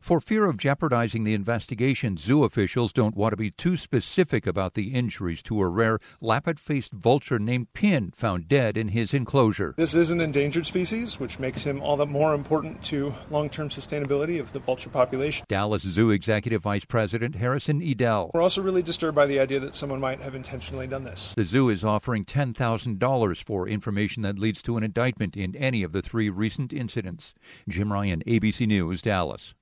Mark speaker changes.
Speaker 1: For fear of jeopardizing the investigation, zoo officials don't want to be too specific about the injuries to a rare lappet faced vulture named Pin found dead in his enclosure.
Speaker 2: This is an endangered species, which makes him all the more important to long term sustainability of the vulture population.
Speaker 1: Dallas Zoo Executive Vice President Harrison Edel.
Speaker 2: We're also really disturbed by the idea that someone might have intentionally done this.
Speaker 1: The zoo is offering $10,000 for information that leads to an indictment in any of the three recent incidents. Jim Ryan, ABC News, Dallas.